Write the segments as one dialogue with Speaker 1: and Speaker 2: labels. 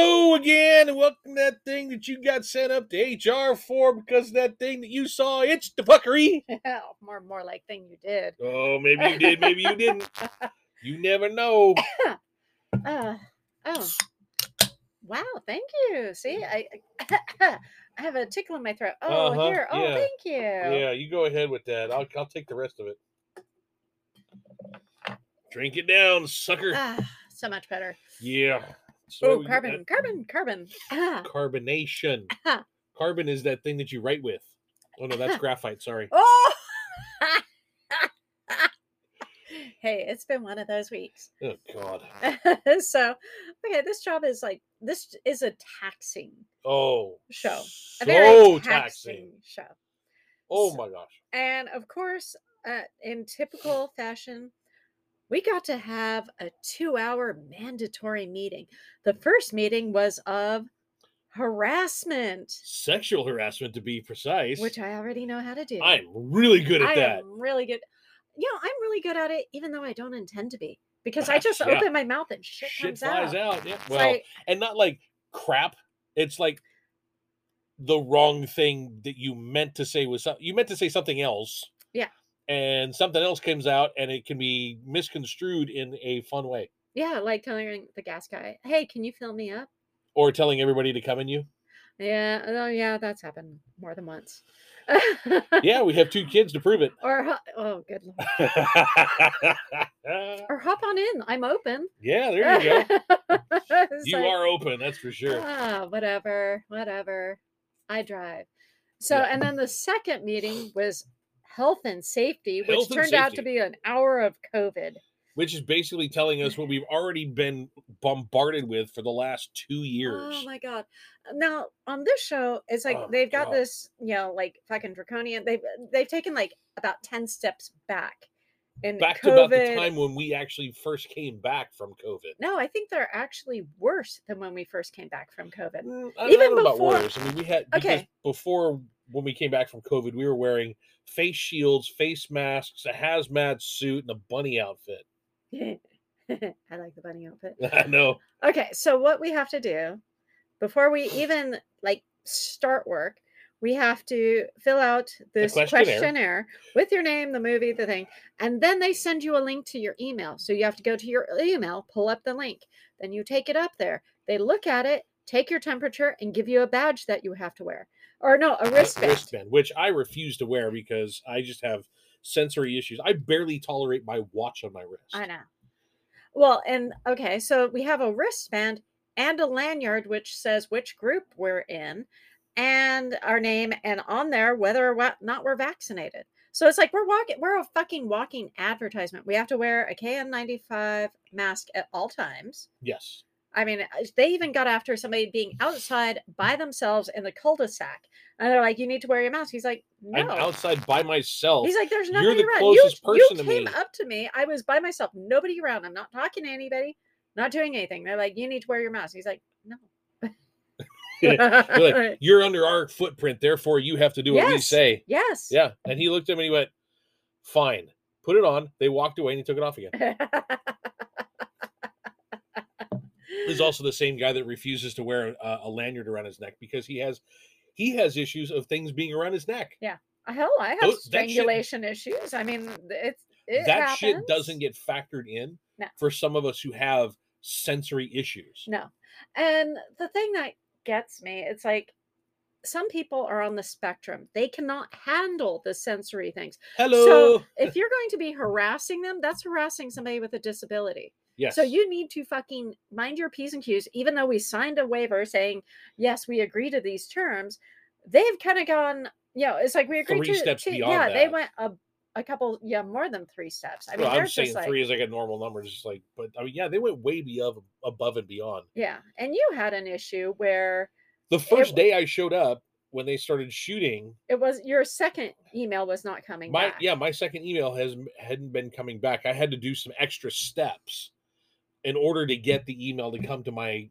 Speaker 1: again, and welcome to that thing that you got sent up to HR for because of that thing that you saw. It's the fuckery.
Speaker 2: Well, Oh, more more like thing you did.
Speaker 1: Oh, maybe you did, maybe you didn't. You never know.
Speaker 2: Uh, oh, wow! Thank you. See, I I have a tickle in my throat. Oh,
Speaker 1: Uh-huh,
Speaker 2: here. Oh,
Speaker 1: yeah.
Speaker 2: thank you.
Speaker 1: Yeah, you go ahead with that. I'll, I'll take the rest of it. Drink it down, sucker.
Speaker 2: Ah, so much better.
Speaker 1: Yeah. So
Speaker 2: Oh,
Speaker 1: we got
Speaker 2: carbon, carbon, carbon. Ah.
Speaker 1: Carbonation.
Speaker 2: Ah.
Speaker 1: Carbon is that thing that you write with. Oh no, that's graphite. Sorry.
Speaker 2: Oh. hey, it's been one of those weeks.
Speaker 1: Oh God.
Speaker 2: so, okay, this job is like this is a taxing,
Speaker 1: Oh.
Speaker 2: Show. a
Speaker 1: So
Speaker 2: very
Speaker 1: taxing.
Speaker 2: taxing show.
Speaker 1: Oh
Speaker 2: So-
Speaker 1: my gosh.
Speaker 2: And of course, uh, in
Speaker 1: Hmm.
Speaker 2: typical fashion, we got to have a two hour mandatory meeting. The first meeting was of harassment,
Speaker 1: Sexual harassment, to be precise.
Speaker 2: which I already know how to do.
Speaker 1: I'm really good at
Speaker 2: I
Speaker 1: that.
Speaker 2: am really good. You know, I'm really good at it, even though I don't intend to be, because I just
Speaker 1: Ah, Yeah.
Speaker 2: open my mouth and shit,
Speaker 1: Shit flies
Speaker 2: comes out.
Speaker 1: out. Yeah.
Speaker 2: It's
Speaker 1: Well,
Speaker 2: like,
Speaker 1: and not like crap. It's like the wrong thing that you meant to say was something. You meant to say something else.
Speaker 2: Yeah.
Speaker 1: And something else comes out, and it can be misconstrued in a fun way,
Speaker 2: yeah, like telling the gas guy, "Hey, can you fill me up?"
Speaker 1: or telling everybody to come in you.
Speaker 2: Yeah, oh yeah, that's happened more than once.
Speaker 1: Yeah, we have two kids to prove it.
Speaker 2: Or hu- oh, good lord. Or hop on in. I'm open.
Speaker 1: yeah, there you go.
Speaker 2: It's
Speaker 1: You
Speaker 2: like,
Speaker 1: are open, that's for sure.
Speaker 2: Ah, whatever, whatever. I drive. So,
Speaker 1: Yeah.
Speaker 2: and then the second meeting was health and safety, which
Speaker 1: Health and
Speaker 2: turned out to
Speaker 1: safety.
Speaker 2: be an hour of COVID. Oh
Speaker 1: Which is basically telling us what we've already been bombarded with for the last two years.
Speaker 2: Oh my god! Now on this show, it's like
Speaker 1: Oh my
Speaker 2: they've got
Speaker 1: God.
Speaker 2: this, you know, like fucking draconian. They've they've taken like about ten steps back. And
Speaker 1: back
Speaker 2: COVID,
Speaker 1: to about the time when we actually first came back from COVID.
Speaker 2: No, I think they're actually worse than when we first came back from COVID.
Speaker 1: Mm, I
Speaker 2: Even
Speaker 1: don't know
Speaker 2: before-
Speaker 1: about worse. I mean, we had because
Speaker 2: Okay.
Speaker 1: before when we came back from COVID, we were wearing face shields, face masks, a hazmat suit, and a bunny outfit.
Speaker 2: I like the bunny outfit.
Speaker 1: I know.
Speaker 2: Okay, so what we have to do before we even like start work, we have to fill out this
Speaker 1: questionnaire.
Speaker 2: questionnaire. with your name, the movie, the thing, and then they send you a link to your email. So you have to go to your email, pull up the link, then you take it up there. They look at it, take your temperature, and give you a badge that you have to wear, or no, a
Speaker 1: A
Speaker 2: wristband.
Speaker 1: wristband, which I refuse to wear because I just have sensory issues. I barely tolerate my watch on my wrist.
Speaker 2: I know. Well, and okay, so we have a wristband and a lanyard which says which group we're in and our name and on there whether or what not we're vaccinated. So it's like we're walking we're a fucking walking advertisement. We have to wear a KN95 mask at all times.
Speaker 1: Yes.
Speaker 2: I mean, uh, they even got after somebody being outside by themselves in the cul-de-sac. And they're like, you need to wear your mask. He's like, no.
Speaker 1: I'm outside by myself.
Speaker 2: He's like, there's
Speaker 1: You're
Speaker 2: nothing
Speaker 1: the
Speaker 2: around.
Speaker 1: closest
Speaker 2: you, you
Speaker 1: person to
Speaker 2: came
Speaker 1: me."
Speaker 2: up to me. I was by myself. Nobody around. I'm not talking to anybody. Not doing anything. They're like, you need to wear your mask. He's like, no.
Speaker 1: You're like, you're under our footprint, therefore you have to do what we
Speaker 2: Yes.
Speaker 1: say.
Speaker 2: yes.
Speaker 1: Yeah. And he looked at me and he went, Fine. Put it on. They walked away and he took it off again. He's also the same guy that refuses to wear a, a lanyard around his neck because he has he has issues of things being around his neck.
Speaker 2: Hell, I have
Speaker 1: Those- that shit-
Speaker 2: strangulation issues. I mean, th- it's it
Speaker 1: that shit
Speaker 2: happens.
Speaker 1: doesn't get factored in
Speaker 2: No.
Speaker 1: for some of us who have sensory issues.
Speaker 2: No. And the thing that gets me, it's like some people are on the spectrum. They cannot handle the sensory things.
Speaker 1: Hello.
Speaker 2: So if you're going to be harassing them, that's harassing somebody with a disability.
Speaker 1: yes.
Speaker 2: So you need to fucking mind your P's and Q's, even though we signed a waiver saying, yes, we agree to these terms. They've kind of gone, you know, it's like we agreed
Speaker 1: Three
Speaker 2: to,
Speaker 1: steps
Speaker 2: to-
Speaker 1: beyond
Speaker 2: yeah, they
Speaker 1: that.
Speaker 2: went a, a couple, yeah, more than three steps. I mean,
Speaker 1: Well,
Speaker 2: they're
Speaker 1: I'm saying
Speaker 2: just like,
Speaker 1: three is like a normal number, just like, but I mean, yeah, they went way beyond above and beyond.
Speaker 2: yeah. And you had an issue where
Speaker 1: The first day I showed up when they started shooting,
Speaker 2: it was your second email was not coming
Speaker 1: my
Speaker 2: back.
Speaker 1: yeah, my second email has m- hadn't been coming back. I had to do some extra steps in order to get the email to come to my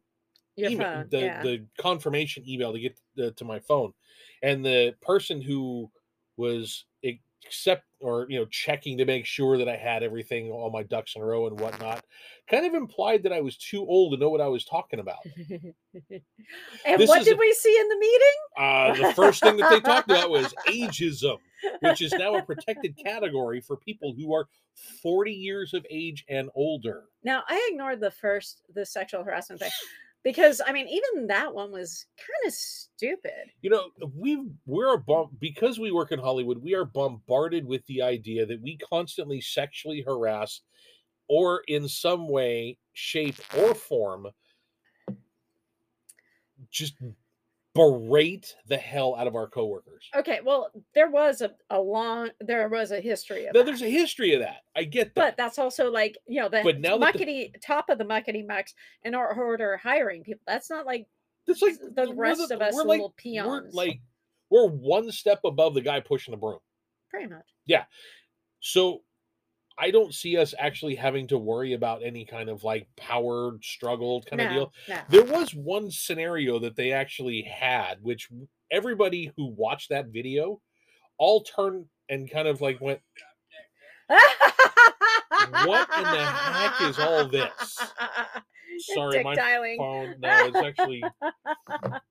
Speaker 2: Your
Speaker 1: email,
Speaker 2: phone.
Speaker 1: the
Speaker 2: yeah.
Speaker 1: the confirmation email to get the, to my phone, and the person who was it, accept or you know checking to make sure that I had everything, all my ducks in a row and whatnot, kind of implied that I was too old to know what I was talking about.
Speaker 2: and
Speaker 1: This
Speaker 2: what
Speaker 1: is
Speaker 2: did
Speaker 1: a-
Speaker 2: we see in the meeting?
Speaker 1: Uh, the first thing that they talked about was ageism, which is now a protected category for people who are 40 years of age and older.
Speaker 2: Now I ignored the first the sexual harassment thing because I mean even that one was kind of stupid.
Speaker 1: You know, we we're a bomb because we work in Hollywood. We are bombarded with the idea that we constantly sexually harass, or in some way, shape, or form, just berate the hell out of our coworkers.
Speaker 2: Okay, well there was a, a long there was a history of
Speaker 1: Now,
Speaker 2: that.
Speaker 1: there's a history of that. I get that.
Speaker 2: but that's also like you know the
Speaker 1: But now that the-
Speaker 2: muckety top of the muckety mucks in our order hiring people. That's not like
Speaker 1: It's like
Speaker 2: the
Speaker 1: we're
Speaker 2: rest of us
Speaker 1: we're like
Speaker 2: little
Speaker 1: we're
Speaker 2: peons.
Speaker 1: like we're one step above the guy pushing the broom.
Speaker 2: pretty much.
Speaker 1: So I don't see us actually having to worry about any kind of like power struggle kind of deal.
Speaker 2: No, no.
Speaker 1: There was one scenario that they actually had, which everybody who watched that video all turned and kind of like went,
Speaker 2: what
Speaker 1: in the heck is all this? "Sorry,
Speaker 2: dick
Speaker 1: my
Speaker 2: dialing.
Speaker 1: phone." No, it's actually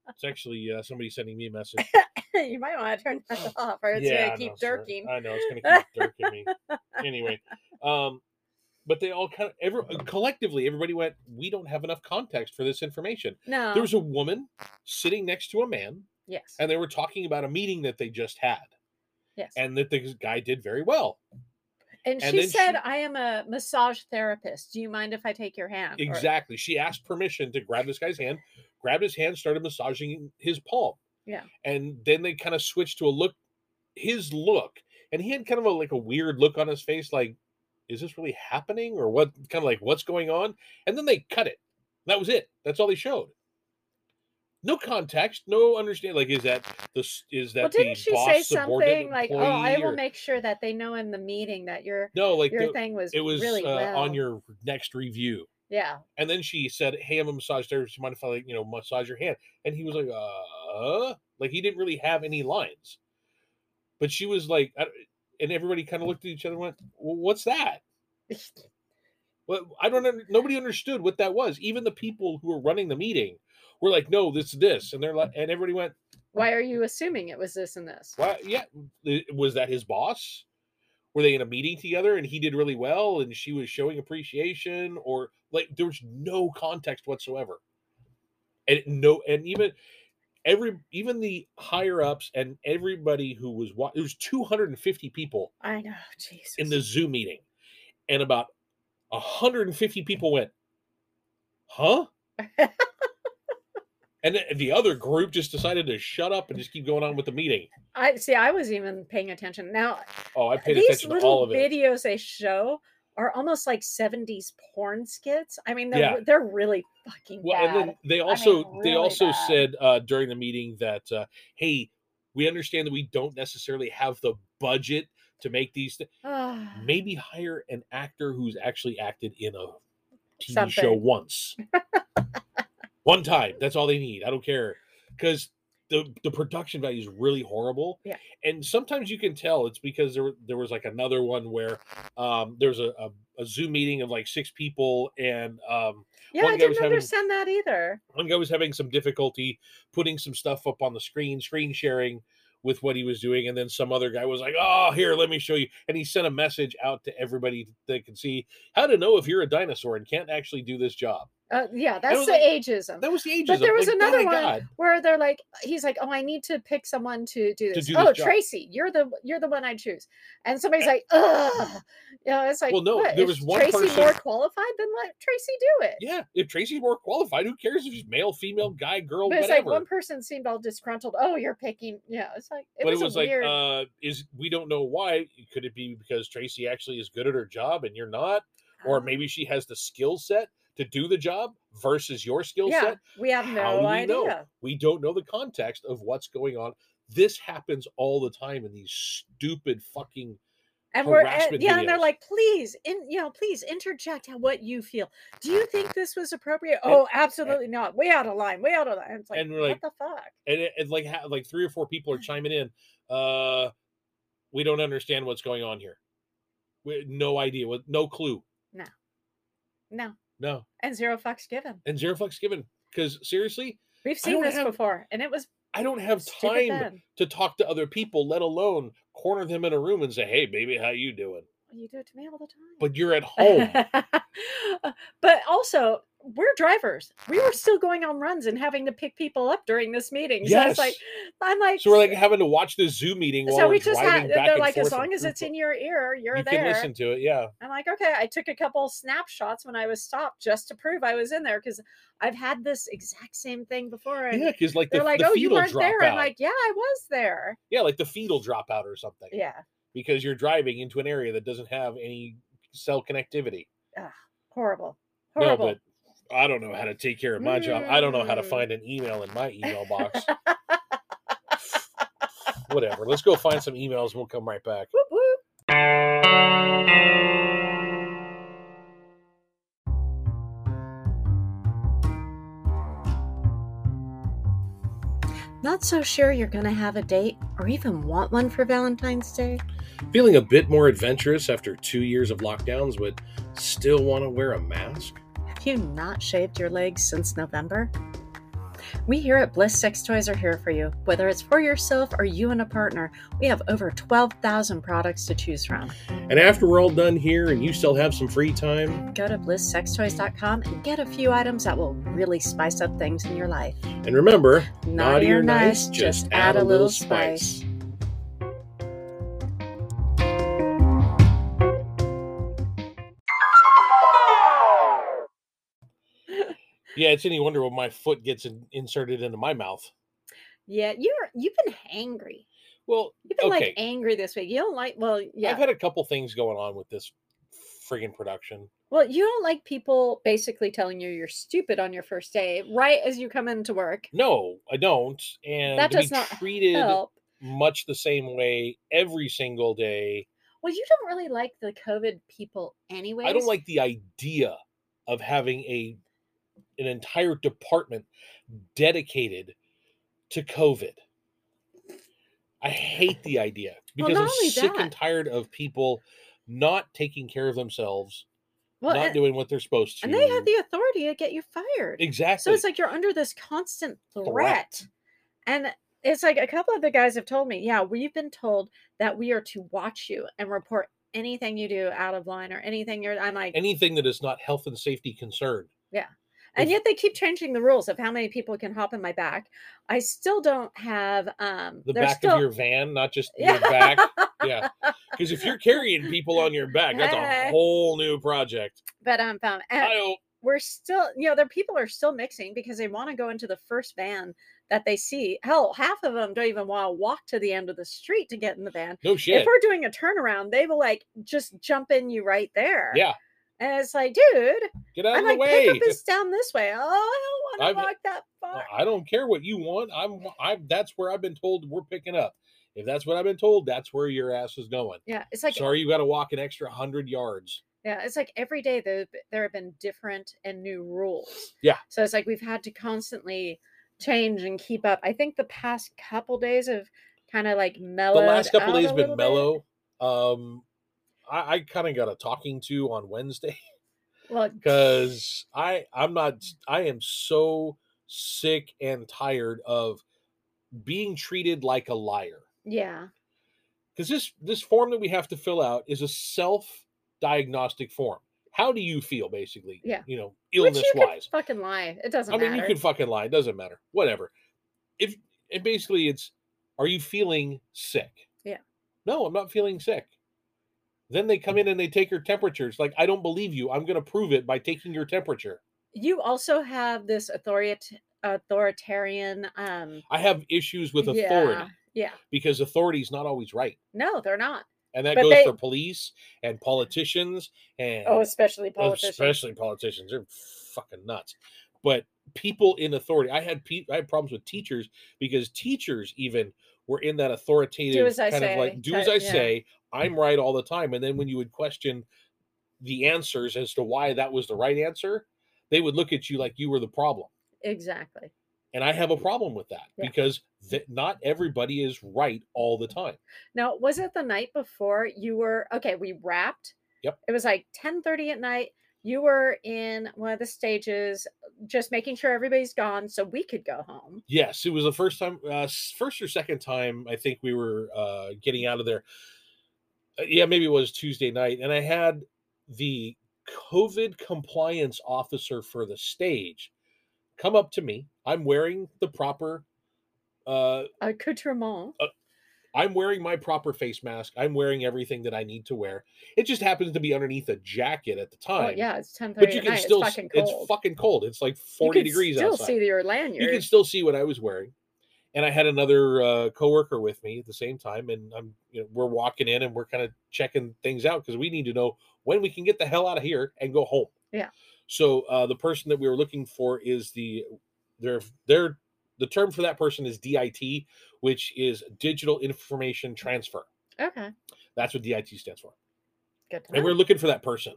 Speaker 1: it's actually uh, somebody sending me a message.
Speaker 2: you might want to turn that off, or it's
Speaker 1: I
Speaker 2: gonna
Speaker 1: know,
Speaker 2: keep
Speaker 1: Oh, sir. Uh,
Speaker 2: jerking.
Speaker 1: I know it's gonna keep dirking me. Anyway, um, but they all kind of every uh, collectively everybody went. We don't have enough context for this information.
Speaker 2: No.
Speaker 1: There was a woman sitting next to a man,
Speaker 2: yes.
Speaker 1: and they were talking about a meeting that they just had,
Speaker 2: yes.
Speaker 1: and
Speaker 2: And,
Speaker 1: that the guy did very well. and
Speaker 2: she
Speaker 1: then
Speaker 2: said,
Speaker 1: she-
Speaker 2: "I am a massage therapist. Do you mind if I take your hand?" Or-
Speaker 1: Exactly. She asked permission to grab this guy's hand, grabbed his hand, started massaging his palm.
Speaker 2: Yeah.
Speaker 1: And then they kind of switched to a look, his look, and he had kind of a, like a weird look on his face, like, is this really happening or what? Kind of like, what's going on? And then they cut it. That was it. That's all they showed. No context, no understanding. Like, is that this? Is that
Speaker 2: well,
Speaker 1: the
Speaker 2: didn't she
Speaker 1: boss
Speaker 2: say something
Speaker 1: subordinate
Speaker 2: like, "Oh, I
Speaker 1: employee,
Speaker 2: will
Speaker 1: or-
Speaker 2: make sure that they know in the meeting that your
Speaker 1: No, like
Speaker 2: your
Speaker 1: the-
Speaker 2: thing was
Speaker 1: it was
Speaker 2: really
Speaker 1: uh,
Speaker 2: well.
Speaker 1: on your next review.
Speaker 2: yeah."
Speaker 1: And then she said, "Hey, I'm a massage therapist. You mind if I, like, you know, massage your hand?" And he was like, "Uh," like he didn't really have any lines. But she was like, I, and everybody kind of looked at each other, and went, well, "What's that?" What I don't. Under, nobody understood what that was. Even the people who were running the meeting were like, "No, this, this," and they're like, and everybody went,
Speaker 2: Why are you assuming it was this and this?
Speaker 1: "Why? Yeah, th- was that his boss?" Were they in a meeting together and he did really well and she was showing appreciation or like there was no context whatsoever. And it- no and even every even the higher ups and everybody who was wa- there was 250 people
Speaker 2: I know, Jesus.
Speaker 1: in the Zoom meeting and about 150 people went, "Huh?" and th- the other group just decided to shut up and just keep going on with the meeting.
Speaker 2: I see. I was even paying attention. Now
Speaker 1: Oh, I paid
Speaker 2: these
Speaker 1: attention to all
Speaker 2: little
Speaker 1: of it.
Speaker 2: videos they show are almost like 70s porn skits. I mean, they're,
Speaker 1: Yeah.
Speaker 2: re- they're really fucking
Speaker 1: Well,
Speaker 2: bad.
Speaker 1: and then they also they
Speaker 2: really
Speaker 1: also
Speaker 2: bad.
Speaker 1: said uh, during the meeting that uh, hey, we understand that we don't necessarily have the budget to make these. Th-
Speaker 2: Ah,
Speaker 1: Maybe hire an actor who's actually acted in a TV show
Speaker 2: Something.
Speaker 1: once, one time. That's all they need. I don't care because the the production value is really horrible.
Speaker 2: Yeah.
Speaker 1: and sometimes you can tell it's because there there was like another one where um, there was a, a a Zoom meeting of like six people and um,
Speaker 2: yeah,
Speaker 1: one
Speaker 2: I
Speaker 1: guy was
Speaker 2: didn't
Speaker 1: having-
Speaker 2: understand that either.
Speaker 1: one guy was having some difficulty putting some stuff up on the screen, screen sharing with what he was doing, and then some other guy was like, "Oh, here, let me show you," and he sent a message out to everybody that can see how to know if you're a dinosaur and can't actually do this job.
Speaker 2: Uh, yeah, that's
Speaker 1: was
Speaker 2: the
Speaker 1: like-
Speaker 2: ageism
Speaker 1: That was the ageism.
Speaker 2: there was
Speaker 1: like, oh that
Speaker 2: another
Speaker 1: I
Speaker 2: one
Speaker 1: got.
Speaker 2: where they're like, he's like, oh, I need to pick someone to do this.
Speaker 1: do
Speaker 2: oh,
Speaker 1: this job."
Speaker 2: Tracy, you're the you're the one I choose. And somebody's like, ugh, you know, it's like,
Speaker 1: Well, no,
Speaker 2: what,
Speaker 1: there
Speaker 2: is
Speaker 1: was one
Speaker 2: Tracy
Speaker 1: person-
Speaker 2: more qualified than let Tracy do it.
Speaker 1: Yeah, if Tracy's more qualified, who cares if she's male, female, guy, girl,
Speaker 2: But it's like
Speaker 1: whatever.
Speaker 2: one person seemed all disgruntled. Oh, you're picking. Yeah, it's like it
Speaker 1: but
Speaker 2: was,
Speaker 1: it was
Speaker 2: a
Speaker 1: like,
Speaker 2: weird.
Speaker 1: uh, is we don't know why. Could it be because Tracy actually is good at her job and you're not, or
Speaker 2: Uh-huh.
Speaker 1: maybe she has the skill set to do the job versus your skill set?
Speaker 2: yeah, we have
Speaker 1: How do
Speaker 2: no
Speaker 1: we
Speaker 2: idea.
Speaker 1: know? We don't know the context of what's going on. This happens all the time in these stupid fucking.
Speaker 2: And we're and-
Speaker 1: harassment
Speaker 2: yeah, and they're
Speaker 1: videos.
Speaker 2: like, please, in you know, please interject how- what you feel. Do you think this was appropriate?
Speaker 1: And-
Speaker 2: oh, absolutely not. Way out of line. Way out of line. It's like,
Speaker 1: And we're like,
Speaker 2: what the fuck?
Speaker 1: And, it, and like ha- like three or four people are chiming in. Uh, we don't understand what's going on here. We no idea, what, no clue,
Speaker 2: No.
Speaker 1: no,
Speaker 2: And zero fucks given.
Speaker 1: and zero fucks given. Because seriously,
Speaker 2: We've
Speaker 1: I
Speaker 2: seen
Speaker 1: don't
Speaker 2: this
Speaker 1: have
Speaker 2: before, and it was
Speaker 1: I don't have
Speaker 2: stupid
Speaker 1: time
Speaker 2: then.
Speaker 1: to talk to other people, let alone corner them in a room and say, "Hey, baby, how you doing?"
Speaker 2: Oh, You do it to me all the time. Uh,
Speaker 1: But you're at home. oh.
Speaker 2: but also, we're drivers. We were still going on runs and having to pick people up during this meeting. So
Speaker 1: yes.
Speaker 2: it's like I'm like,
Speaker 1: so we're like having to watch the Zoom meeting while
Speaker 2: so
Speaker 1: we're
Speaker 2: we just
Speaker 1: driving
Speaker 2: had.
Speaker 1: back
Speaker 2: They're
Speaker 1: and
Speaker 2: like, as
Speaker 1: forth from
Speaker 2: long as it's
Speaker 1: Fruitvale."
Speaker 2: in your ear, you're
Speaker 1: you
Speaker 2: there.
Speaker 1: can listen to it. Yeah,
Speaker 2: I'm like, okay. I took a couple snapshots when I was stopped just to prove I was in there because I've had this exact same thing before. And
Speaker 1: yeah, because like the,
Speaker 2: they're like,
Speaker 1: the
Speaker 2: oh, you
Speaker 1: fetal
Speaker 2: weren't there.
Speaker 1: dropout.
Speaker 2: I'm like, yeah, I was there.
Speaker 1: yeah, like the fetal dropout or something.
Speaker 2: Yeah.
Speaker 1: because you're driving into an area that doesn't have any cell connectivity.
Speaker 2: Horrible. Horrible.
Speaker 1: No, but I don't know how to take care of my job. I don't know how to
Speaker 2: Mm.
Speaker 1: find an email in my email box. Whatever. Let's go find some emails. and We'll come right back.
Speaker 2: Whoop, whoop. Not so sure you're going to have a date or even want one for Valentine's Day?
Speaker 1: Feeling a bit more adventurous after two years of lockdowns, but still want to wear a mask?
Speaker 2: Have you not shaved your legs since November? We here at Bliss Sex Toys are here for you. Whether it's for yourself or you and a partner, we have over 12,000 products to choose from.
Speaker 1: And after we're all done here and you still have some free time,
Speaker 2: Go to blisssextoys.com and get a few items that will really spice up things in your life.
Speaker 1: and remember,
Speaker 2: Naughty or nice, just add a little spice.
Speaker 1: Yeah, it's any wonder when my foot gets in, inserted into my mouth.
Speaker 2: Yeah, you're you've been angry.
Speaker 1: Well,
Speaker 2: You've been
Speaker 1: Okay.
Speaker 2: like angry this week. You don't like well, yeah.
Speaker 1: I've had a couple things going on with this friggin' production.
Speaker 2: well, you don't like people basically telling you you're stupid on your first day, right as you come into work.
Speaker 1: No, I don't. And
Speaker 2: That
Speaker 1: to be
Speaker 2: does not
Speaker 1: treated
Speaker 2: Help.
Speaker 1: much the same way every single day.
Speaker 2: Well, you don't really like the COVID people anyways.
Speaker 1: I don't like the idea of having a an entire department dedicated to COVID. I hate the idea
Speaker 2: Well,
Speaker 1: because
Speaker 2: not
Speaker 1: I'm
Speaker 2: only
Speaker 1: sick
Speaker 2: that-
Speaker 1: and tired of people not taking care of themselves,
Speaker 2: well,
Speaker 1: not
Speaker 2: and,
Speaker 1: doing what they're supposed to.
Speaker 2: and they have the authority to get you fired.
Speaker 1: exactly.
Speaker 2: So it's like you're under this constant
Speaker 1: Threat.
Speaker 2: threat. And it's like a couple of the guys have told me, yeah, we've been told that we are to watch you and report anything you do out of line or anything you're I'm like
Speaker 1: anything that is not health and safety concerned.
Speaker 2: and
Speaker 1: if-
Speaker 2: yet they keep changing the rules of how many people can hop in my back. I still don't have um
Speaker 1: The
Speaker 2: there's
Speaker 1: back
Speaker 2: still
Speaker 1: of your van, not just
Speaker 2: yeah.
Speaker 1: your back. Yeah. Because if you're carrying people on your back, that's a
Speaker 2: Hey.
Speaker 1: whole new project.
Speaker 2: but um, um and
Speaker 1: I don't
Speaker 2: we're still you know their people are still mixing because they want to go into the first van that they see. Hell, half of them don't even want to walk to the end of the street to get in the van.
Speaker 1: no
Speaker 2: If
Speaker 1: shit.
Speaker 2: we're doing a turnaround, they will like just jump in you right there.
Speaker 1: Yeah.
Speaker 2: And it's like, dude,
Speaker 1: Get out
Speaker 2: I'm
Speaker 1: of
Speaker 2: like,
Speaker 1: the way.
Speaker 2: pickup is down this way. Oh, I
Speaker 1: I've- uh,
Speaker 2: don't want to walk that
Speaker 1: Well,
Speaker 2: far.
Speaker 1: I don't care what you want. I'm I that's where I've been told we're picking up. If that's what I've been told, that's where your ass is going.
Speaker 2: Yeah, it's like
Speaker 1: Sorry you gotta walk an extra hundred yards.
Speaker 2: yeah, it's like every day there there have been different and new rules.
Speaker 1: Yeah.
Speaker 2: So it's like we've had to constantly change and keep up. I think the past couple days have kind of like
Speaker 1: The
Speaker 2: mellowed.
Speaker 1: last couple
Speaker 2: out
Speaker 1: days
Speaker 2: a
Speaker 1: been
Speaker 2: little bit.
Speaker 1: mellow. Um I, I kind of got a talking to on Wednesday
Speaker 2: Well,
Speaker 1: because I I'm not I am so sick and tired of being treated like a liar.
Speaker 2: yeah,
Speaker 1: because this this form that we have to fill out is a self diagnostic form. How do you feel, basically?
Speaker 2: Yeah.
Speaker 1: You know,
Speaker 2: which
Speaker 1: illness
Speaker 2: you could
Speaker 1: wise.
Speaker 2: fucking lie. It doesn't
Speaker 1: I mean,
Speaker 2: matter.
Speaker 1: you can fucking lie. It doesn't matter. Whatever. If and basically, it's are you feeling sick?
Speaker 2: Yeah.
Speaker 1: No, I'm not feeling sick. Then they come in and they take your temperature. It's like I don't believe you. I'm going to prove it by taking your temperature.
Speaker 2: you also have this authorit- authoritarian um
Speaker 1: I have issues with authority
Speaker 2: yeah, yeah
Speaker 1: because authority's not always right,
Speaker 2: no they're not
Speaker 1: and that
Speaker 2: But
Speaker 1: goes
Speaker 2: they-
Speaker 1: for police and politicians and
Speaker 2: oh especially
Speaker 1: Oh,
Speaker 2: politicians
Speaker 1: especially politicians, they're fucking nuts. But people in authority, I had pe- I had problems with teachers because teachers even were in that authoritative
Speaker 2: as I
Speaker 1: kind of
Speaker 2: say
Speaker 1: like do as I
Speaker 2: type, yeah.
Speaker 1: say, I'm right all the time. And then when you would question the answers as to why that was the right answer, they would look at you like you were the problem.
Speaker 2: exactly
Speaker 1: And I have a problem with that
Speaker 2: Yeah.
Speaker 1: because th- not everybody is right all the time.
Speaker 2: Now, was it the night before you were okay? We wrapped.
Speaker 1: Yep.
Speaker 2: It was like ten thirty at night. You were in one of the stages, just making sure everybody's gone so we could go home.
Speaker 1: Yes, it was the first time, uh, s- first or second time I think we were uh, getting out of there. Uh, Yeah, maybe it was Tuesday night, and I had the COVID compliance officer for the stage come up to me. I'm wearing the proper, uh,
Speaker 2: Accoutrement.
Speaker 1: I'm wearing my proper face mask. I'm wearing everything that I need to wear. It just happens to be underneath a jacket at the time.
Speaker 2: Oh, yeah, it's ten thirty.
Speaker 1: but you
Speaker 2: at
Speaker 1: can
Speaker 2: night.
Speaker 1: still
Speaker 2: It's
Speaker 1: s- it's
Speaker 2: fucking cold.
Speaker 1: fucking cold. It's like 40
Speaker 2: you can
Speaker 1: degrees
Speaker 2: Still
Speaker 1: outside.
Speaker 2: see your
Speaker 1: you
Speaker 2: lanyard.
Speaker 1: can still see what I was wearing. And I had another uh, coworker with me at the same time, and I'm you know we're walking in and we're kind of checking things out because we need to know when we can get the hell out of here and go home.
Speaker 2: Yeah.
Speaker 1: So uh, the person that we were looking for is the their their the term for that person is DIT, which is digital information transfer.
Speaker 2: okay,
Speaker 1: That's what DIT stands for
Speaker 2: good. To
Speaker 1: and
Speaker 2: know.
Speaker 1: we are looking for that person.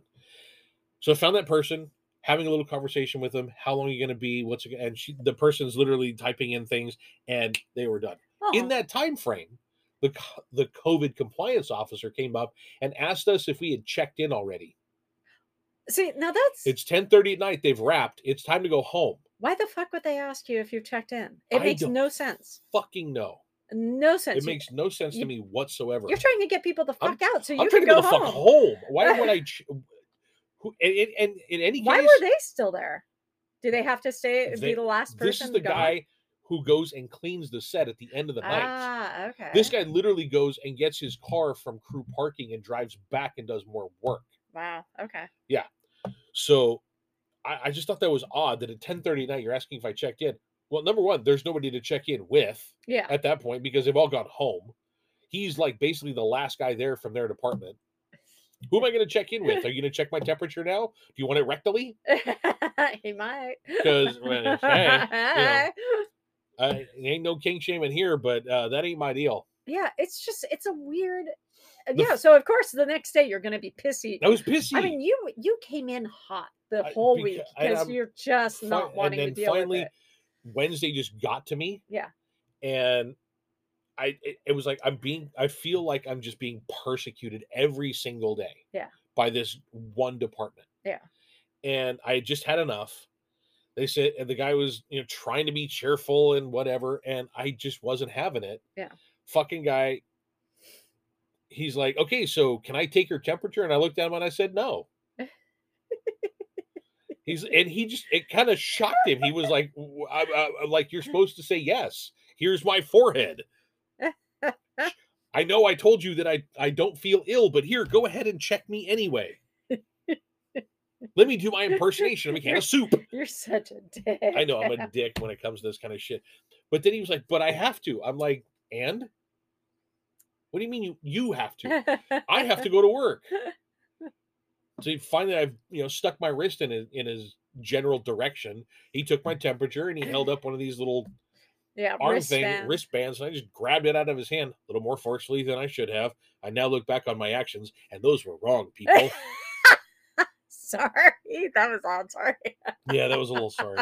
Speaker 1: So I found that person, having a little conversation with them. How long are you going to be? What's it, and she, the person's literally typing in things, and they were done in
Speaker 2: Aw,
Speaker 1: that time frame. The co- the COVID compliance officer came up and asked us if we had checked in already.
Speaker 2: see, now that's
Speaker 1: It's ten thirty at night. They've wrapped. It's time to go home.
Speaker 2: why the fuck would they ask you if you've checked in? It
Speaker 1: I
Speaker 2: makes
Speaker 1: don't-
Speaker 2: no sense.
Speaker 1: Fucking no.
Speaker 2: No sense.
Speaker 1: It makes no sense to
Speaker 2: you-
Speaker 1: me whatsoever.
Speaker 2: You're trying to get people the
Speaker 1: I'm-
Speaker 2: fuck out so you
Speaker 1: I'm trying
Speaker 2: can
Speaker 1: to go
Speaker 2: go
Speaker 1: the
Speaker 2: home.
Speaker 1: fuck home. Why would I? Ch- who, and, and, and in any
Speaker 2: Why
Speaker 1: case,
Speaker 2: were they still there? Do they have to stay
Speaker 1: They-
Speaker 2: be the last person?
Speaker 1: this is the
Speaker 2: gone?
Speaker 1: guy who goes and cleans the set at the end of the night.
Speaker 2: Ah, okay.
Speaker 1: This guy literally goes and gets his car from crew parking and drives back and does more work.
Speaker 2: Wow. Okay.
Speaker 1: So I, I just thought that was odd that at 10 30 at night you're asking if I checked in. Well, number one, there's nobody to check in with
Speaker 2: Yeah.
Speaker 1: at that point because they've all gone home. He's like basically the last guy there from their department. Who am I going to check in with? Are you going to check my temperature now? Do you want it rectally?
Speaker 2: he might.
Speaker 1: 'Cause, well, hey, you know.
Speaker 2: Hey.
Speaker 1: I ain't no king shaming here, but uh, that ain't my deal.
Speaker 2: Yeah, it's just it's a weird. uh,
Speaker 1: The
Speaker 2: Yeah, so of course the next day you're gonna be pissy.
Speaker 1: I was pissy.
Speaker 2: I mean, you you came in hot the
Speaker 1: I-
Speaker 2: whole
Speaker 1: becau-
Speaker 2: week
Speaker 1: I-
Speaker 2: because
Speaker 1: I'm
Speaker 2: you're just
Speaker 1: Fi-
Speaker 2: not wanting
Speaker 1: and
Speaker 2: to
Speaker 1: then
Speaker 2: deal
Speaker 1: finally
Speaker 2: with it.
Speaker 1: Wednesday just got to me.
Speaker 2: Yeah.
Speaker 1: And I it, it was like I'm being I feel like I'm just being persecuted every single day.
Speaker 2: Yeah.
Speaker 1: By this one department.
Speaker 2: Yeah.
Speaker 1: And I had just had enough. They said and the guy was, you know, trying to be cheerful and whatever and I just wasn't having it.
Speaker 2: Yeah.
Speaker 1: Fucking guy He's like, "Okay, so can I take your temperature?" And I looked at him and I said, "No." He's and he just it kind of shocked him. He was like, "W- I, I- I'm like you're supposed to say yes. Here's my forehead. I know I told you that I I don't feel ill, but here, go ahead and check me anyway. Let me do my impersonation of a can of soup.
Speaker 2: You're such a dick.
Speaker 1: I know I'm a dick when it comes to this kind of shit. But then he was like, "But I have to." I'm like, "And what do you mean you you have to? I have to go to work. So he- finally, I've you know stuck my wrist in his, in his general direction. He took my temperature and he held up one of these little
Speaker 2: yeah,
Speaker 1: arm
Speaker 2: wristband.
Speaker 1: thing wristbands, and I just grabbed it out of his hand a little more forcefully than I should have. I now look back on my actions, and those were wrong, people.
Speaker 2: Sorry, that was odd. Sorry.
Speaker 1: yeah, that was a little sorry.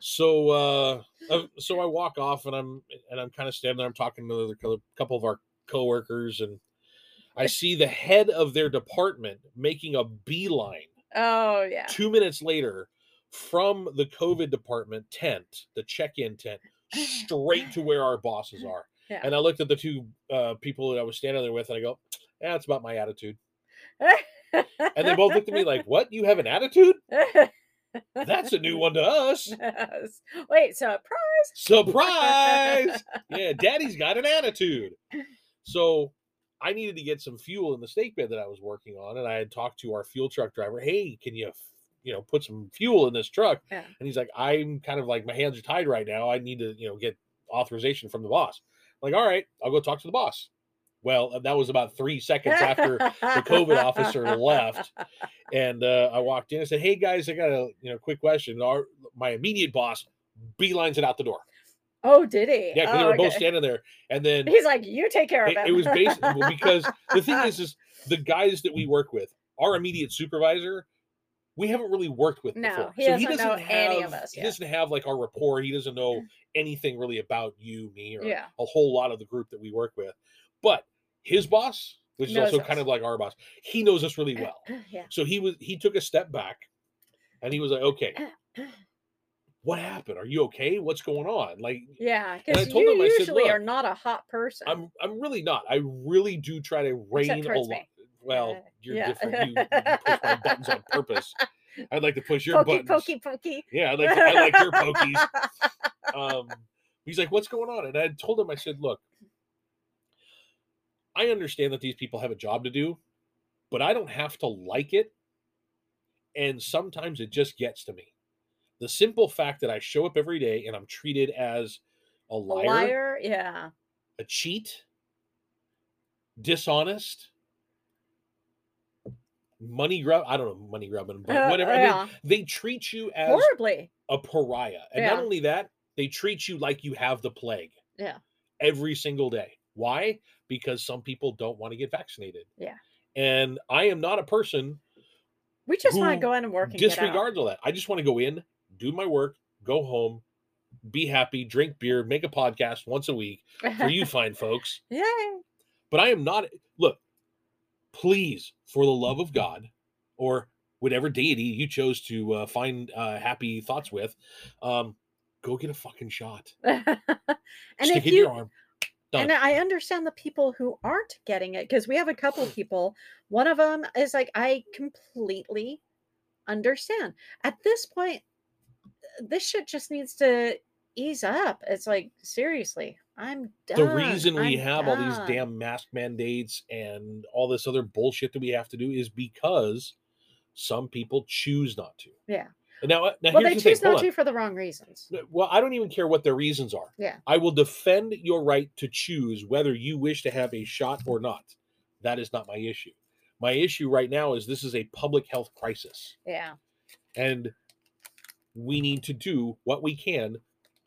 Speaker 1: So uh, uh, so I walk off, and I'm and I'm kind of standing there. I'm talking to the other couple of our coworkers, and I see the head of their department making a beeline.
Speaker 2: Oh yeah.
Speaker 1: two minutes later from the COVID department tent, the check-in tent, straight to where our bosses are.
Speaker 2: Yeah.
Speaker 1: And I looked at the two uh, people that I was standing there with, and I go, "Yeah, that's about my attitude." And they both looked at me like, "What? You have an attitude? That's a new one to us.
Speaker 2: Wait, so
Speaker 1: Surprise! Yeah, Daddy's got an attitude." So I needed to get some fuel in the steak bed that I was working on, and I had talked to our fuel truck driver. Hey, can you, you know, put some fuel in this truck?
Speaker 2: yeah.
Speaker 1: And he's like, I'm kind of like, my hands are tied right now. I need to, you know, get authorization from the boss. like, all right, I'll go talk to the boss. Well, uh, that was about three seconds after.
Speaker 2: the
Speaker 1: COVID officer left. And uh, I walked in and said, Hey guys, I got a, you know, quick question. Our, my immediate boss beelines it out the door.
Speaker 2: Oh, did he?
Speaker 1: Yeah. Cause they
Speaker 2: Oh,
Speaker 1: were both
Speaker 2: okay.
Speaker 1: standing there. And then
Speaker 2: He's like, you take care of
Speaker 1: it,
Speaker 2: him.
Speaker 1: it was basically because the thing is, is the guys that we work with, our immediate supervisor we haven't really worked with
Speaker 2: No,
Speaker 1: before.
Speaker 2: he doesn't know any of us
Speaker 1: He
Speaker 2: yet. Mm.
Speaker 1: doesn't have like our rapport. He doesn't know anything really about you, me, or
Speaker 2: yeah.
Speaker 1: a whole lot of the group that we work with. But his boss, which is
Speaker 2: Knows
Speaker 1: also
Speaker 2: us. Uh.
Speaker 1: kind of like our boss, he knows us really well.
Speaker 2: Yeah.
Speaker 1: So he was he took a step back and he was like, Okay, what happened? Are you okay? What's going on? Like
Speaker 2: Yeah.
Speaker 1: And I
Speaker 2: Because you
Speaker 1: told him, I said,
Speaker 2: usually
Speaker 1: "Look,
Speaker 2: are not a hot person.
Speaker 1: I'm I'm really not. I really do try to rein a lot.
Speaker 2: towards me.
Speaker 1: Well,
Speaker 2: Uh,
Speaker 1: you're
Speaker 2: yeah.
Speaker 1: different. You, you push my buttons on purpose. I'd like to push your
Speaker 2: pokey,
Speaker 1: buttons.
Speaker 2: pokey, pokey.
Speaker 1: Yeah, I like I like your pokies. um, he's like, "What's going on?" And I told him, I said, "Look, I understand that these people have a job to do, but I don't have to like it, and sometimes it just gets to me. The simple fact that I show up every day and I'm treated as a
Speaker 2: A
Speaker 1: liar, a,
Speaker 2: liar. Yeah.
Speaker 1: cheat, dishonest." Money grub, I don't know, money grubbing, but
Speaker 2: Uh,
Speaker 1: whatever. I mean,
Speaker 2: yeah.
Speaker 1: they treat you as
Speaker 2: Horribly.
Speaker 1: a pariah. And
Speaker 2: Yeah.
Speaker 1: not only that, they treat you like you have the plague.
Speaker 2: Yeah.
Speaker 1: Every single day. Why? Because some people don't want to get vaccinated.
Speaker 2: Yeah.
Speaker 1: And I am not a person
Speaker 2: We just want to
Speaker 1: who
Speaker 2: go in and work and get out.
Speaker 1: disregards all that. I just want to go in, do my work, go home, be happy, drink beer, make a podcast once a week for you fine folks.
Speaker 2: Yay.
Speaker 1: But I am not look, please, for the love of God, or whatever deity you chose to uh, find uh, happy thoughts with, um, go get a fucking shot.
Speaker 2: and
Speaker 1: stick
Speaker 2: if
Speaker 1: in
Speaker 2: you
Speaker 1: your arm.
Speaker 2: and I understand the people who aren't getting it because we have a couple people. One of them is like, I completely understand. At this point, this shit just needs to ease up. It's like, seriously, I'm done.
Speaker 1: The reason we
Speaker 2: I'm
Speaker 1: have all these
Speaker 2: done."
Speaker 1: damn mask mandates and all this other bullshit that we have to do is because some people choose not to.
Speaker 2: Yeah.
Speaker 1: And now, uh, now
Speaker 2: Well, they
Speaker 1: here's the
Speaker 2: choose
Speaker 1: thing.
Speaker 2: not
Speaker 1: Hold
Speaker 2: to
Speaker 1: on.
Speaker 2: for the wrong reasons.
Speaker 1: Well, I don't even care what their reasons are.
Speaker 2: Yeah.
Speaker 1: I will defend your right to choose whether you wish to have a shot or not. That is not my issue. My issue right now is this is a public health crisis.
Speaker 2: Yeah.
Speaker 1: And we need to do what we can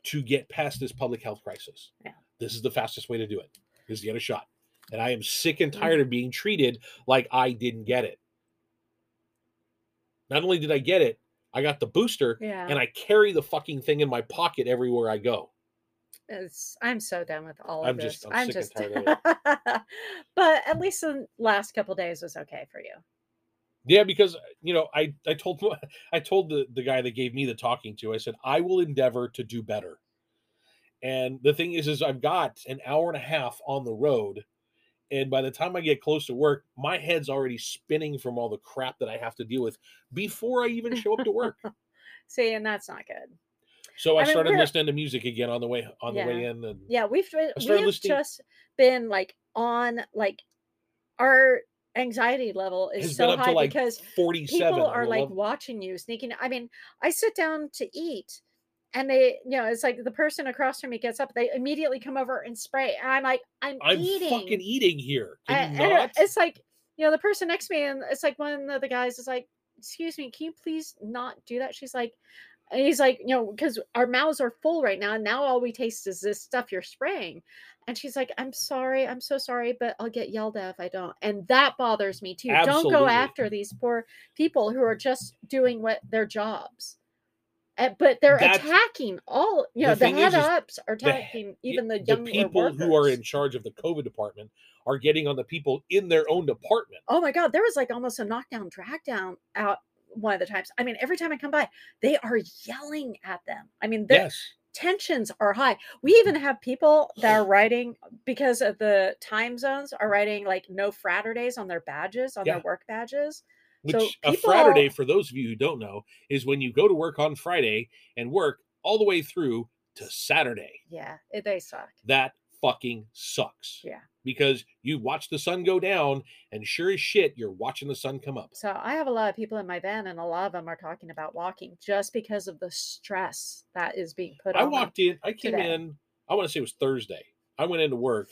Speaker 1: to get past this public health crisis.
Speaker 2: Yeah.
Speaker 1: This is the fastest way to do it. Is to get a shot. And I am sick
Speaker 2: Mm-hmm.
Speaker 1: and tired of being treated like I didn't get it. Not only did I get it, I got the booster
Speaker 2: Yeah.
Speaker 1: and I carry the fucking thing in my pocket everywhere I go.
Speaker 2: It's, I'm so done with all of
Speaker 1: I'm
Speaker 2: this.
Speaker 1: just- I'm sick and tired
Speaker 2: but at least the last couple days was okay for you.
Speaker 1: Yeah, because you know, I I told I told the the guy that gave me the talking to, I said I will endeavor to do better. And the thing is, is I've got an hour and a half on the road, and by the time I get close to work, my head's already spinning from all the crap that I have to deal with before I even show up to work.
Speaker 2: See, and that's not good.
Speaker 1: So I,
Speaker 2: I mean,
Speaker 1: started
Speaker 2: we're-
Speaker 1: listening to music again on the way on the way in, and
Speaker 2: yeah we've been- we
Speaker 1: started
Speaker 2: have
Speaker 1: listening-
Speaker 2: just been like on like our anxiety level is
Speaker 1: has
Speaker 2: so
Speaker 1: been up to
Speaker 2: high
Speaker 1: like
Speaker 2: because
Speaker 1: forty-seven.
Speaker 2: people
Speaker 1: on
Speaker 2: are
Speaker 1: the
Speaker 2: like
Speaker 1: level.
Speaker 2: watching you sneaking i mean i sit down to eat and they you know it's like the person across from me gets up they immediately come over and spray and i'm like i'm,
Speaker 1: I'm
Speaker 2: eating
Speaker 1: fucking eating here.
Speaker 2: I-
Speaker 1: Can you
Speaker 2: I don't-
Speaker 1: not?
Speaker 2: it's like you know the person next to me and it's like one of the guys is like excuse me can you please not do that she's like and he's like you know because our mouths are full right now and now all we taste is this stuff you're spraying and she's like i'm sorry i'm so sorry but i'll get yelled at if i don't and that bothers me too don't go
Speaker 1: Absolutely.
Speaker 2: after these poor people who are just doing what their jobs Uh, but they're
Speaker 1: That's-
Speaker 2: attacking all you know
Speaker 1: the
Speaker 2: the,
Speaker 1: thing is,
Speaker 2: head
Speaker 1: is
Speaker 2: ups are
Speaker 1: the-
Speaker 2: attacking even the
Speaker 1: the
Speaker 2: young
Speaker 1: people who are
Speaker 2: workers.
Speaker 1: in charge of the COVID department are getting on the people in their own department.
Speaker 2: oh my god there was like almost a knockdown drag down out one of the times i mean every time i come by they are yelling at them i mean their
Speaker 1: yes,
Speaker 2: tensions are high we even have people
Speaker 1: Oh.
Speaker 2: that are writing because of the time zones are writing like no fraterdays on their badges on
Speaker 1: Yeah.
Speaker 2: their work badges
Speaker 1: which
Speaker 2: so
Speaker 1: a
Speaker 2: people-
Speaker 1: Friday, for those of you who don't know, is when you go to work on Friday and work all the way through to Saturday.
Speaker 2: yeah it- they suck
Speaker 1: That fucking sucks.
Speaker 2: Yeah.
Speaker 1: Because you watch the sun go down, and sure as shit, you're watching the sun come up.
Speaker 2: so i have a lot of people in my van and a lot of them are talking about walking just because of the stress that is being put
Speaker 1: I
Speaker 2: on them.
Speaker 1: walked in, I came
Speaker 2: today.
Speaker 1: in, I want to say it was Thursday. I went into work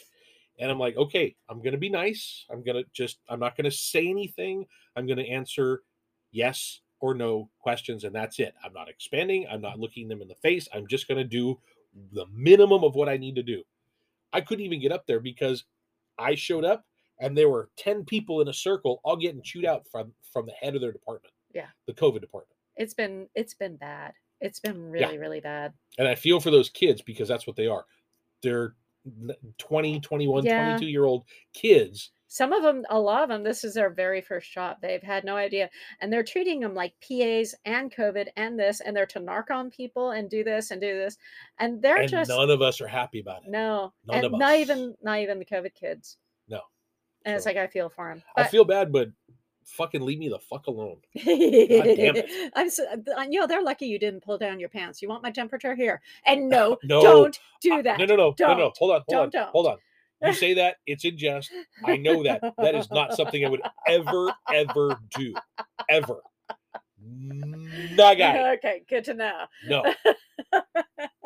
Speaker 1: and I'm like, okay, I'm going to be nice. I'm going to just, I'm not going to say anything. I'm going to answer yes or no questions and that's it. I'm not expanding. I'm not looking them in the face. I'm just going to do the minimum of what I need to do. I couldn't even get up there because I showed up and there were 10 people in a circle all getting chewed out from from the head of their department.
Speaker 2: Yeah.
Speaker 1: the COVID department.
Speaker 2: It's been it's been bad. It's been
Speaker 1: Yeah.
Speaker 2: really really bad.
Speaker 1: And I feel for those kids because that's what they are. They're n- 20, 21,
Speaker 2: Yeah.
Speaker 1: 22 year old kids.
Speaker 2: Some of them, a lot of them, this is their very first shot. They've had no idea, and they're treating them like PAs and COVID and this, and they're to narc on people and do this and do this, and they're
Speaker 1: and
Speaker 2: just
Speaker 1: none of us are happy about it.
Speaker 2: no,
Speaker 1: none
Speaker 2: and
Speaker 1: of
Speaker 2: not
Speaker 1: us.
Speaker 2: even not even the COVID kids.
Speaker 1: No.
Speaker 2: and it's
Speaker 1: So,
Speaker 2: like I feel for them.
Speaker 1: I feel bad, but fucking leave me the fuck alone. damn it.
Speaker 2: I'm so, I- you know they're lucky you didn't pull down your pants. You want my temperature here? And no,
Speaker 1: No,
Speaker 2: don't
Speaker 1: I-
Speaker 2: do that.
Speaker 1: No, no, no, no, no.
Speaker 2: Don't.
Speaker 1: Hold on, hold on,
Speaker 2: Don't, don't.
Speaker 1: hold on. You say that it's in jest. I know that that is not something I would ever, ever do, ever. Not guy.
Speaker 2: Okay, good to know.
Speaker 1: No,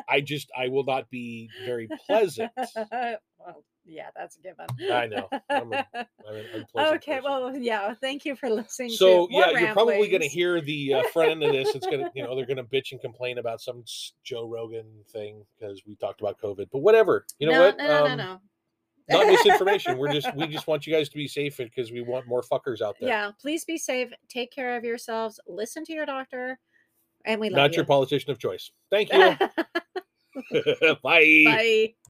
Speaker 1: I just I will not be very pleasant.
Speaker 2: well, yeah, that's a given.
Speaker 1: I know. I'm a- I'm an unpleasant
Speaker 2: okay,
Speaker 1: person.
Speaker 2: well, yeah. Thank you for listening.
Speaker 1: So
Speaker 2: to more
Speaker 1: yeah, you're probably going to
Speaker 2: ramblings.
Speaker 1: hear the uh, front end of this. It's going to, you know, they're going to bitch and complain about some s- Joe Rogan thing because we talked about COVID. But whatever, you know
Speaker 2: no,
Speaker 1: what?
Speaker 2: No, no,
Speaker 1: Um,
Speaker 2: no, no.
Speaker 1: Not misinformation. We're just we just want you guys to be safe because we want more fuckers out there.
Speaker 2: Yeah, please be safe. Take care of yourselves. Listen to your doctor, and we love
Speaker 1: Not
Speaker 2: you.
Speaker 1: your politician of choice. Thank you. Bye.
Speaker 2: Bye.